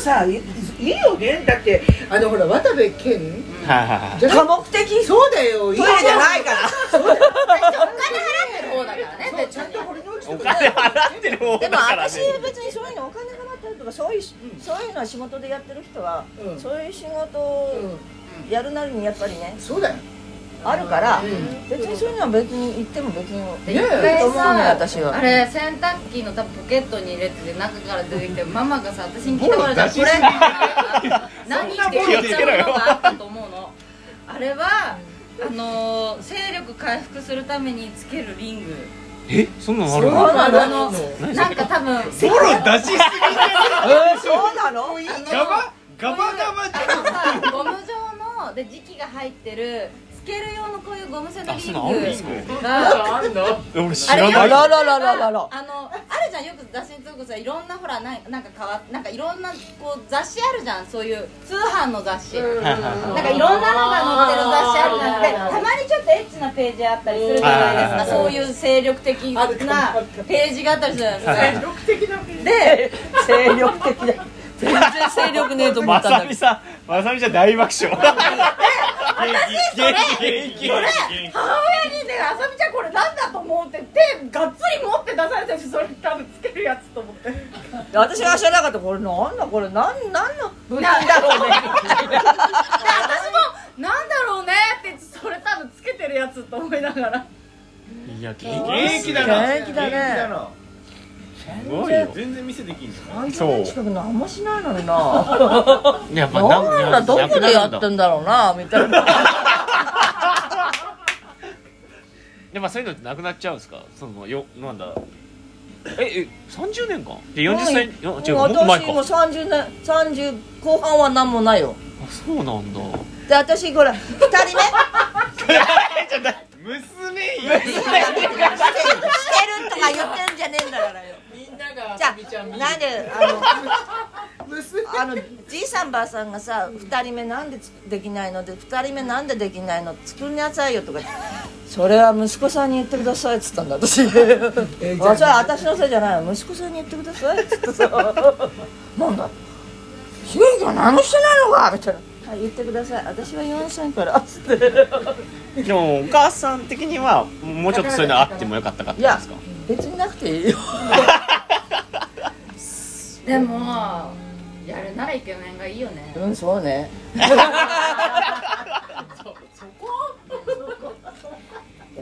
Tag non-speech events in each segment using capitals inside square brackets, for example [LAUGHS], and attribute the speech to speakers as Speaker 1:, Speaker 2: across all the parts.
Speaker 1: さいいいよねだってあのほら渡部健
Speaker 2: はいはいはい
Speaker 1: じゃない
Speaker 3: 多目的
Speaker 1: そうだよいい
Speaker 3: トイレじゃないから
Speaker 4: 払ってる方だからね
Speaker 1: そう
Speaker 4: 別
Speaker 1: ちゃん
Speaker 4: に
Speaker 1: とこれに落ちて
Speaker 2: お
Speaker 1: くれ
Speaker 2: 金払ってる方
Speaker 3: で
Speaker 2: だ
Speaker 3: も
Speaker 2: から
Speaker 3: 私
Speaker 2: ね
Speaker 3: 別にそういうのお金払ったりとかそういうし、そういうのは仕事でやってる人は、
Speaker 1: うん
Speaker 3: そういう仕事をやるなりにやっぱりね
Speaker 1: うん、そうだよ
Speaker 3: あるから、
Speaker 1: うん
Speaker 3: 別にそういうのは別に行っても別に
Speaker 4: で
Speaker 1: ねえ
Speaker 4: 一回
Speaker 3: と思うね
Speaker 4: さ
Speaker 3: 私は
Speaker 4: あれ洗濯機の多分ポケットに入れてて中から出てきてママがさ私に来
Speaker 1: ボ
Speaker 4: て
Speaker 1: ロ
Speaker 4: もらった
Speaker 1: 出
Speaker 4: こ
Speaker 1: し
Speaker 4: れ
Speaker 1: すぎ
Speaker 4: 何
Speaker 1: そんな
Speaker 4: って
Speaker 1: ボ
Speaker 2: ロ
Speaker 4: 言っちゃうものがあったと思うのあれはあのー勢力回復するためにつけるリング
Speaker 2: えそんなのある
Speaker 1: そう
Speaker 2: の
Speaker 1: なの
Speaker 4: あのなんか多分
Speaker 2: ボロ出しすぎ
Speaker 3: えそうなの
Speaker 4: ガ
Speaker 2: バガバガバじゃん
Speaker 4: あのさゴム状ので磁気が入ってるつける用のこういうゴム製の
Speaker 2: あ
Speaker 4: リ
Speaker 2: そ
Speaker 4: ン
Speaker 2: んなのあるんですか
Speaker 4: グが
Speaker 2: え俺知
Speaker 4: あれ
Speaker 2: ら
Speaker 4: よく
Speaker 2: な
Speaker 3: あ
Speaker 2: い
Speaker 3: らららららら
Speaker 4: あのあるじゃんよく雑誌に通くさいろんなほらなんなんか変わなんかいろんなこう雑誌あるじゃんそういう通販の雑誌、
Speaker 1: うん
Speaker 2: はいはいはい
Speaker 4: なんかいろんなのが載ってる雑誌あるじゃんでたまにちょっとエッチなページあったりするじゃないですかそういう精力的なページがあったりするじゃないですか、
Speaker 2: はいはい
Speaker 1: 精力的な面
Speaker 4: で
Speaker 3: 精力的だ全然精力ねえと思
Speaker 2: ま
Speaker 3: ったんだ
Speaker 2: さ
Speaker 3: け
Speaker 2: み
Speaker 3: ど
Speaker 2: さんまさみちゃん大爆笑元気元気元気
Speaker 4: 母親にね「あさみちゃんこれなんだ?」と思って手がっつり持って出されてるしそれ多分つけるやつと思って
Speaker 3: [LAUGHS] 私が知らなかったこれなんだこれなんなんの部品だろうね
Speaker 4: で私も「なんだろうね」って言ってそれ多分つけてるやつと思いながら
Speaker 2: いや元
Speaker 5: 元気だ
Speaker 3: な
Speaker 5: な
Speaker 3: 元気だね
Speaker 2: すごいよ
Speaker 5: 全然店できんじゃん
Speaker 3: 30年近く何もしないのにな [LAUGHS]
Speaker 2: やっぱ
Speaker 3: なんだどこでや
Speaker 2: ん
Speaker 3: っ
Speaker 2: だ
Speaker 3: てんだろうなみたいな
Speaker 2: でまあそういうのってなくなっちゃうんですかそのよなんだええ30年間で40歳
Speaker 3: な
Speaker 2: あ
Speaker 3: い
Speaker 2: 違う
Speaker 3: も
Speaker 2: も
Speaker 3: う
Speaker 2: っと前
Speaker 3: 私
Speaker 2: か
Speaker 3: も30年30後半は何もないよ
Speaker 2: あそう [LAUGHS] なんだ
Speaker 3: で私これ2人目
Speaker 5: 娘
Speaker 3: してるとか言ってんじゃねえんだからよみんながじゃあなんで [LAUGHS] あのあのじいさんばあさんがさ2人目なんでつできないので2人目なんでできないの作りなさいよとか言ってそれは息子さんに言ってくださいっつったん [LAUGHS] だ私、
Speaker 1: え
Speaker 3: あそれは私のせいじゃない息子さんに言ってくださいっつって [LAUGHS] さなんだひげきは何してないのかみたいな、はい、言ってください私は4歳からっつって
Speaker 2: でもお母さん的にはもうちょっとそういうのあってもよかったかっ
Speaker 3: い
Speaker 2: たん
Speaker 3: や
Speaker 2: ですか
Speaker 3: 別になくていいよ
Speaker 4: [LAUGHS] でもやるならイケメンがいいよね
Speaker 3: うん [LAUGHS] そうねや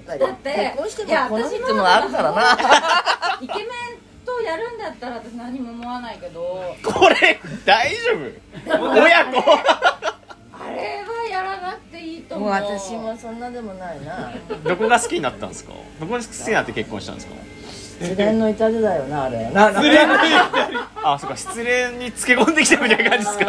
Speaker 3: っぱり
Speaker 4: だって
Speaker 3: 結婚して
Speaker 4: いや
Speaker 3: もこの
Speaker 4: 私も
Speaker 3: 人もあるからな
Speaker 4: [LAUGHS] イケメンとやるんだったら私何も思わないけど
Speaker 2: これ大丈夫親子
Speaker 4: あれはやらなくていいと
Speaker 3: も
Speaker 4: 思
Speaker 3: う
Speaker 4: う
Speaker 3: 私もそんなでもないな
Speaker 2: どこが好きになったんですかどこが好きになって結婚したんですか
Speaker 3: 自然の痛手だよなあれな
Speaker 2: 失恋あそっか失恋につけ込んできたみたいな感じですか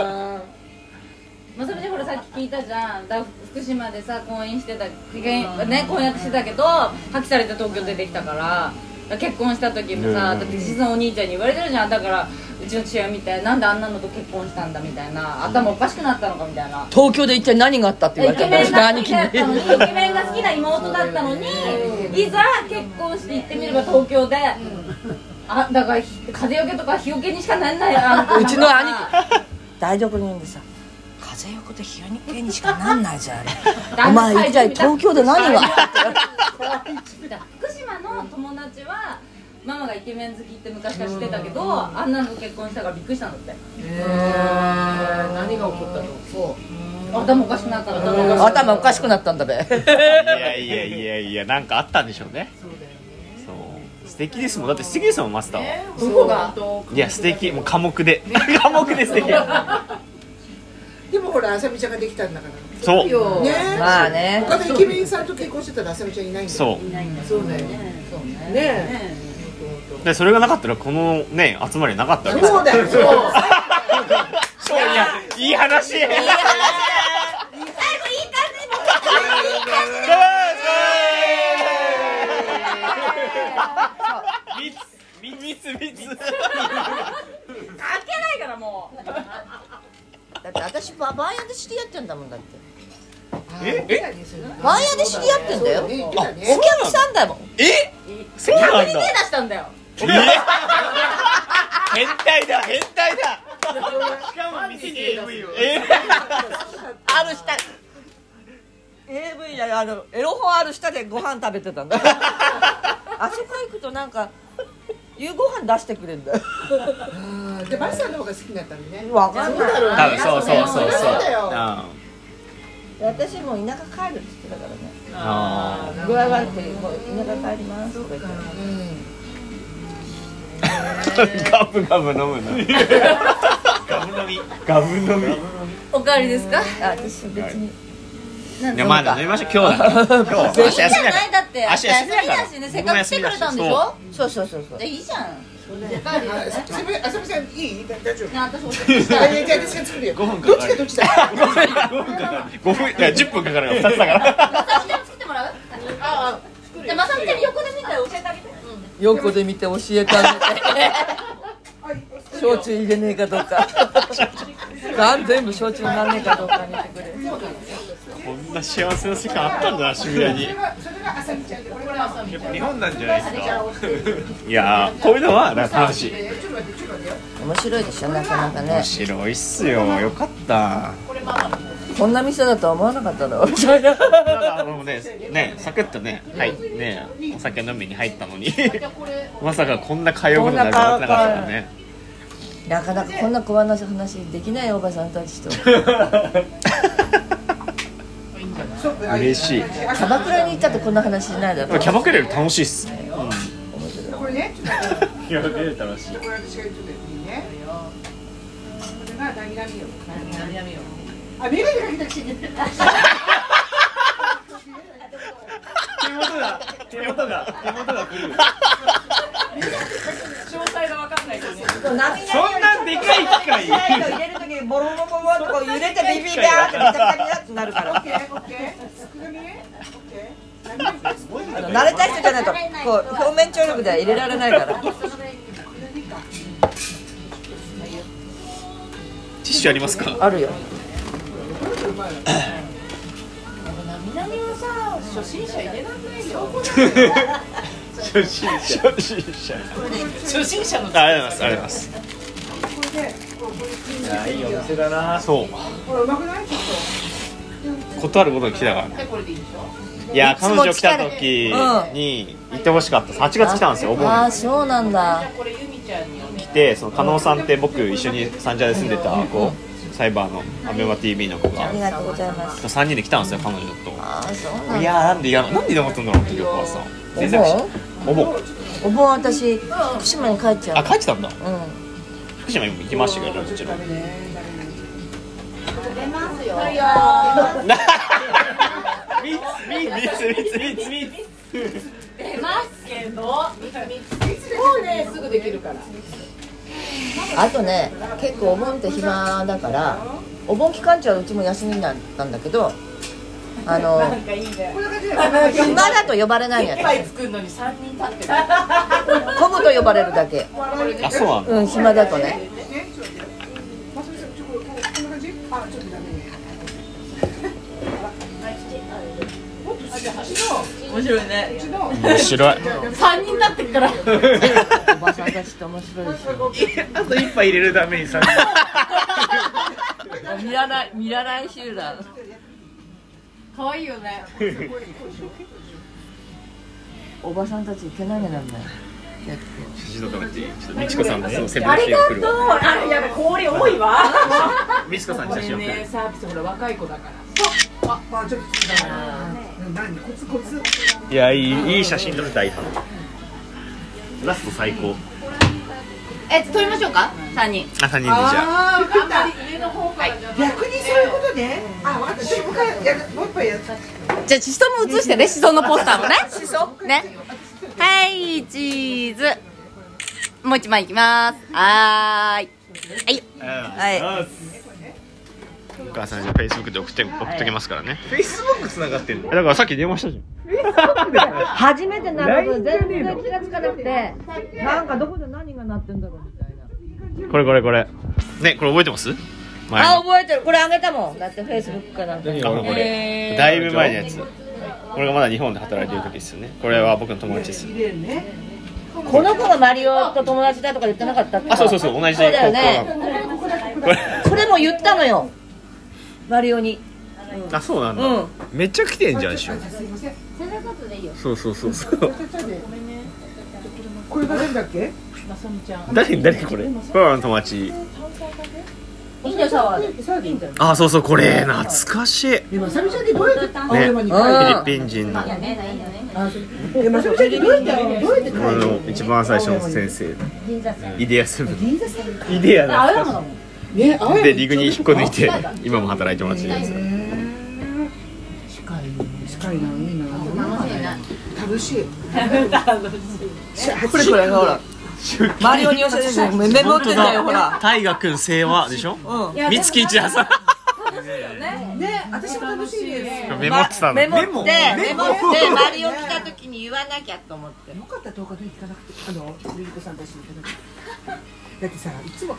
Speaker 4: まあそれでほらさっき聞いたじゃんだ福島でさ婚姻してた婚姻ね婚約してたけど破棄されて東京出てきたから結婚した時もさ、
Speaker 2: うん
Speaker 4: だって実のお兄ちゃんに言われてるじゃんだからうちの父親みたいなんであんなのと結婚したんだみたいな頭おかしくなったのかみたいな
Speaker 3: 東京で一体何があったって言わ
Speaker 4: イ
Speaker 3: れたんだ
Speaker 4: ケメンが好
Speaker 3: 兄
Speaker 4: き
Speaker 3: 貴
Speaker 4: だ
Speaker 3: に
Speaker 4: ったのにイケメンが好きな妹だったのにいざ結婚して行ってみれば東京で、あだからひ風よけとか日よけにしかならないあんた
Speaker 3: うちの兄台所にいるんでさ風よこで日よけにしかなんないじゃんあれお前一体東京で何が
Speaker 4: 福島の友達はママがイケメン好きって昔から知ってたけどあんなのと結婚したからびっくりしたんだって
Speaker 1: 何が起こったの
Speaker 4: 頭おかしくなったら頭おかしくなった
Speaker 3: [LAUGHS] 頭おかしくなったんだべ
Speaker 2: いやいやいやいやなんかあったんでしょうねそう素敵ですもんだって素敵ですもんマスターは
Speaker 4: どこが
Speaker 2: いや素敵もう寡
Speaker 1: [LAUGHS]
Speaker 2: 黙で寡黙で素敵
Speaker 1: でもほらあさみちゃんができたんだから
Speaker 2: そう
Speaker 1: ね
Speaker 3: まあね
Speaker 1: 他のイケメンさんと結婚してたらあさみちゃんいないんだよ
Speaker 2: そう
Speaker 1: そうだよね
Speaker 4: そうね
Speaker 1: ね
Speaker 2: でそれがなかったらこのね集まりなかったわけです
Speaker 1: そうだよそう
Speaker 2: [LAUGHS] そういやいい話 [LAUGHS] いい話最後いい
Speaker 1: [LAUGHS]
Speaker 2: 感じいい感じ密密密
Speaker 4: 開けないからもう
Speaker 3: だって私ババン屋で知り合ってんだもんだって
Speaker 2: え
Speaker 1: え
Speaker 3: バン屋で知り合ってんだよ
Speaker 1: ね
Speaker 3: お客さんだもん
Speaker 2: えそうなんだ [LAUGHS]
Speaker 4: 手出したんだよ
Speaker 2: え変態だ変態だ
Speaker 5: しかも店に AV を
Speaker 2: え
Speaker 3: ある下 AV やあのエロ本ある下でご飯食べて [LAUGHS] たんだあそこ行くとなんか夕ご飯出してくれるんだよ
Speaker 1: うんでバスさんの方が好きになったのね
Speaker 3: わかんな
Speaker 1: そ
Speaker 3: い
Speaker 1: うだろ
Speaker 2: 多分そうそうそうそう
Speaker 1: そうだよ
Speaker 2: う
Speaker 3: 私もう田舎帰るって言ってたからね
Speaker 2: あ
Speaker 3: 具合悪くてもう田舎帰りますとか言って
Speaker 1: うん
Speaker 2: んガブガブ飲むな
Speaker 5: ガブ飲み
Speaker 2: ガブ飲み
Speaker 4: おかわりですか
Speaker 3: あ私別に
Speaker 4: なん
Speaker 2: い
Speaker 4: で
Speaker 2: やまだ飲みましょう今日だから今日は明
Speaker 4: いい
Speaker 2: 日
Speaker 4: じゃ
Speaker 2: 休みだ
Speaker 4: ないだって
Speaker 2: 明日休みだから
Speaker 4: 明日休みだしねせっかく来てくれたんでし
Speaker 2: 僕も休みだ
Speaker 4: ょ
Speaker 3: そうそうそうそう
Speaker 4: じゃあいいじゃん
Speaker 1: あさすみあさみさんいい大丈夫
Speaker 4: ね私お
Speaker 1: あいやじゃあ私が作るよ
Speaker 2: 5分
Speaker 1: ど
Speaker 2: か
Speaker 1: っち
Speaker 2: かる
Speaker 1: がどっちだ
Speaker 2: 5分かかる5分いや10分かかるよ2つだから
Speaker 4: まさみちゃん作ってもらう
Speaker 1: あ
Speaker 4: じゃあまさみちゃん横で見たら教えてあげて
Speaker 3: 横で見て教え [LAUGHS] てあげて焼酎入れねえかどうかがん全部焼酎になんねえかどうか見てくれ
Speaker 2: こんな幸せな時間あったんだな渋谷に
Speaker 1: それがそれがあさみちゃんでこれはあさみちゃん
Speaker 5: 日本なんじゃないですか
Speaker 2: いやーこういうのはなんか楽しい
Speaker 1: えちょっと待ってちょっと待ってよ
Speaker 3: 面白いでしょなかなかね
Speaker 2: 面白いっすよよかった
Speaker 3: こんな店だとは思わなかったの [LAUGHS] みたい
Speaker 2: な
Speaker 3: な
Speaker 2: んかあのねねサクッとねはいねお酒飲みに入ったのにまさかこんな通うことになると思ってなかったからね
Speaker 3: なかなかこんな小話話できないおばさんたちと
Speaker 1: そうあ
Speaker 2: [LAUGHS] 嬉しい
Speaker 1: あ
Speaker 3: キャバクラに行ったってこんな話しないだろ
Speaker 2: キャバクラより楽しいっす
Speaker 1: これねちょっと待って
Speaker 2: キャバクラより楽しい
Speaker 1: これ私が言っといていいねこれがダミナミよあメガネかけたくせに
Speaker 5: 手元が手元が手元が
Speaker 2: [LAUGHS]
Speaker 5: 狂う
Speaker 3: そんなで
Speaker 5: そんなでかい機
Speaker 2: [LAUGHS]
Speaker 5: 械
Speaker 3: 入れるときボロボロボロとこう揺れてビビビャーってビタビタってなるか
Speaker 1: オッ
Speaker 3: ら
Speaker 1: ケーオッケーくるみねオッケーダミナミ
Speaker 3: 慣れた人じゃないとこう表面張力では入れられないから
Speaker 2: ティッシュありますか
Speaker 3: あるよ
Speaker 2: 初心者初心者
Speaker 5: 初心者の
Speaker 2: ありがとうございますありがとうご
Speaker 1: こ
Speaker 2: ざいます
Speaker 1: れでこうこれ
Speaker 5: いやいいお店だな
Speaker 2: そう
Speaker 1: ほらうまくないちょっ
Speaker 2: 断ることに来たからねいや彼女来た時に行ってほしかった8月来たんですよお盆
Speaker 3: あ
Speaker 2: に
Speaker 3: あそうなんだ
Speaker 2: 来てその加納さんって僕一緒に三茶で住んでた子サイバーのアベマ TV の子が
Speaker 3: ありがとうございます
Speaker 2: 3人で来たんですよ彼女と
Speaker 3: ああそうなん
Speaker 2: い
Speaker 3: だ
Speaker 2: やーなんでいやなんでいなかったんだろうってお母さん
Speaker 3: お
Speaker 2: 全然
Speaker 3: 盆
Speaker 2: お盆
Speaker 3: お盆私福島に帰っちゃ
Speaker 2: あ
Speaker 3: う
Speaker 2: 帰ってたんだ
Speaker 3: うん
Speaker 2: 福島にも行きましたけどもちろん
Speaker 1: とねダメね
Speaker 2: みみみつみつみつみつ
Speaker 4: 出ますけど
Speaker 3: あとね結構お盆って暇だからお盆期間中はうちも休みになったんだけどあの
Speaker 1: こんな感じだよ
Speaker 3: 暇だと呼ばれないんやつ
Speaker 6: 作るのに三人立ってる。
Speaker 3: コブと呼ばれるだけ
Speaker 2: あそうなんだ
Speaker 3: うん暇だとね
Speaker 1: ねちょっと待ってよまさみさんちょっとこれこんな感じあちょっとダメねもっと違う
Speaker 6: 面白いね。
Speaker 1: 違う
Speaker 2: 面白い
Speaker 4: 三人立ってっから
Speaker 3: おばさんたちって面白いでしょ
Speaker 5: あと一杯入れるためにさ
Speaker 3: 見らない見らない集団
Speaker 4: 可愛いよね
Speaker 3: おばさんたちいけないんじゃないの結構
Speaker 2: 静岡のちちょっとみちこさんのそのセブン
Speaker 6: あ
Speaker 2: シ
Speaker 6: り
Speaker 2: ー
Speaker 6: が
Speaker 2: を
Speaker 6: と
Speaker 2: 送
Speaker 6: う
Speaker 2: るわ。
Speaker 6: あれやばい氷多いわ。
Speaker 2: みちこさんに写真送る
Speaker 6: サービスほら若い子だから。
Speaker 1: あちょっと違うな何コツコツ
Speaker 2: いやいいいい写真撮れた今ラスト最高
Speaker 4: え撮りましょうか三人
Speaker 2: あ3人でじゃあ
Speaker 1: あー、た。逆にそういうことね。あ、わかった。私もかやるもう一杯やる。
Speaker 4: じゃあシソも写してねシソのポスターもねシソねはいチーズもう一枚いきますはーい
Speaker 3: はい
Speaker 2: お母さんにフェイスブックで送って送っときますからね
Speaker 5: フェイスブック繋がってんの
Speaker 2: だからさっき電話したじゃ
Speaker 3: 初めてなると全然気がつかなくてなんかどこで何が鳴ってんだろうみたいなん
Speaker 2: これこれこれねこれ覚えてます前
Speaker 3: あ
Speaker 2: の
Speaker 3: 覚えてるこれあげたもんだってフェイスブックかなんかに
Speaker 2: あこれだいぶ前のやつこれがまだ日本で働いてる時ですよねこれは僕の友達です
Speaker 3: この子がマリオと友達だとか言ってなかったっけ
Speaker 2: あそうそうそう同じ
Speaker 3: そうだよね
Speaker 2: 高校なのこれ
Speaker 3: それも言ったのよマリオに
Speaker 2: あそうなんだ、
Speaker 3: うん
Speaker 2: めっちゃ来てんじゃんしゅん
Speaker 1: すいません
Speaker 2: そうそうそうそう
Speaker 1: これが出るんだっけ
Speaker 2: 誰誰これパパの友達
Speaker 3: いいよサワーで
Speaker 1: サーディンだよ
Speaker 2: あそうそうこれ懐かしいね
Speaker 1: でまさみちゃんってどうやって
Speaker 2: フ
Speaker 1: 青山に帰る
Speaker 2: ィリピン人の
Speaker 1: でまさみちゃんってどうやってどうやって帰
Speaker 2: 俺の
Speaker 1: る
Speaker 2: 一番最初の先生イデアセブン
Speaker 1: 銀座さん
Speaker 2: イデア懐かし
Speaker 1: ね青
Speaker 2: い
Speaker 1: 山
Speaker 2: でリグに引っこ抜いて今も働いてもらってるんですよ
Speaker 1: 近いの近いのいいな
Speaker 4: 楽しいな
Speaker 1: 楽しい
Speaker 3: これこれほらマリオに寄せてるメモってたよほら
Speaker 2: 大河君清和でしょ
Speaker 3: うん
Speaker 2: 美月一葉さん
Speaker 1: ね私も楽しいです
Speaker 2: メモってたの
Speaker 3: メモってメモって
Speaker 2: メモ
Speaker 3: マリオ来た時に言わなきゃと思って
Speaker 1: よかったら10日で行かなくてあのゆり子さんと一緒に行かなくてだってさいつもっ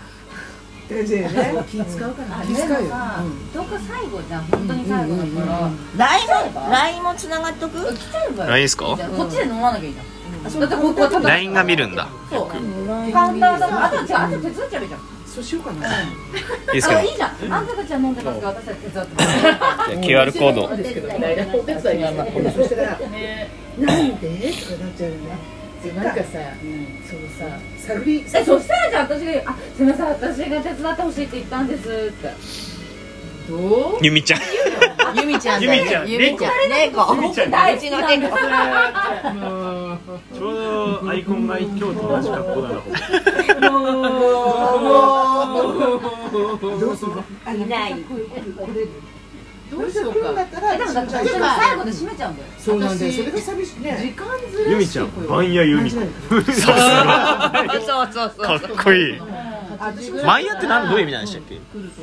Speaker 1: て感じだよね気使うから気使うようん
Speaker 4: どっか最後じゃん本当に最後だから、
Speaker 3: LINE も LINE もつながっとく
Speaker 4: 来ちゃえばよ
Speaker 2: LINE ですか
Speaker 4: こっちで飲まなきゃいいじゃん、だってここはただ
Speaker 2: LINE が見るんだ
Speaker 4: そうカウンターだからあとじゃああと手伝っちゃえばいいじゃん
Speaker 1: そうしようかない
Speaker 2: いです
Speaker 4: あ
Speaker 2: か
Speaker 4: いいじゃんあんたたちは飲んでますが私たち手伝ってま
Speaker 2: じ
Speaker 4: す
Speaker 2: ゃあ QR コード
Speaker 1: ですけどそしたら「なんで?」とかなっちゃうよねなんかさそのさ探り
Speaker 4: えそしたらじゃあ私が「あすみません私が手伝ってほしいって言ったんです」って
Speaker 2: ゆみちゃん
Speaker 3: ユミちゃん
Speaker 2: ゆ
Speaker 3: だ
Speaker 2: みち
Speaker 3: よ
Speaker 2: ゃん
Speaker 3: ね
Speaker 2: レイコ
Speaker 3: 猫うちの
Speaker 4: 大好きなんで
Speaker 3: 猫
Speaker 4: す
Speaker 5: ちょうどアイコンが今日と同じ格好なの
Speaker 1: どうするいないこれどうしようかだったら
Speaker 4: えでもだって私が最後で締めちゃうんだよ
Speaker 1: そうなんだよそれが寂しいね
Speaker 5: ゆみちゃん番屋ゆみ
Speaker 2: さすが
Speaker 3: そうそうそう
Speaker 2: かっこいい
Speaker 1: 私も
Speaker 2: マイヤって何どういう意味なんでしたっけ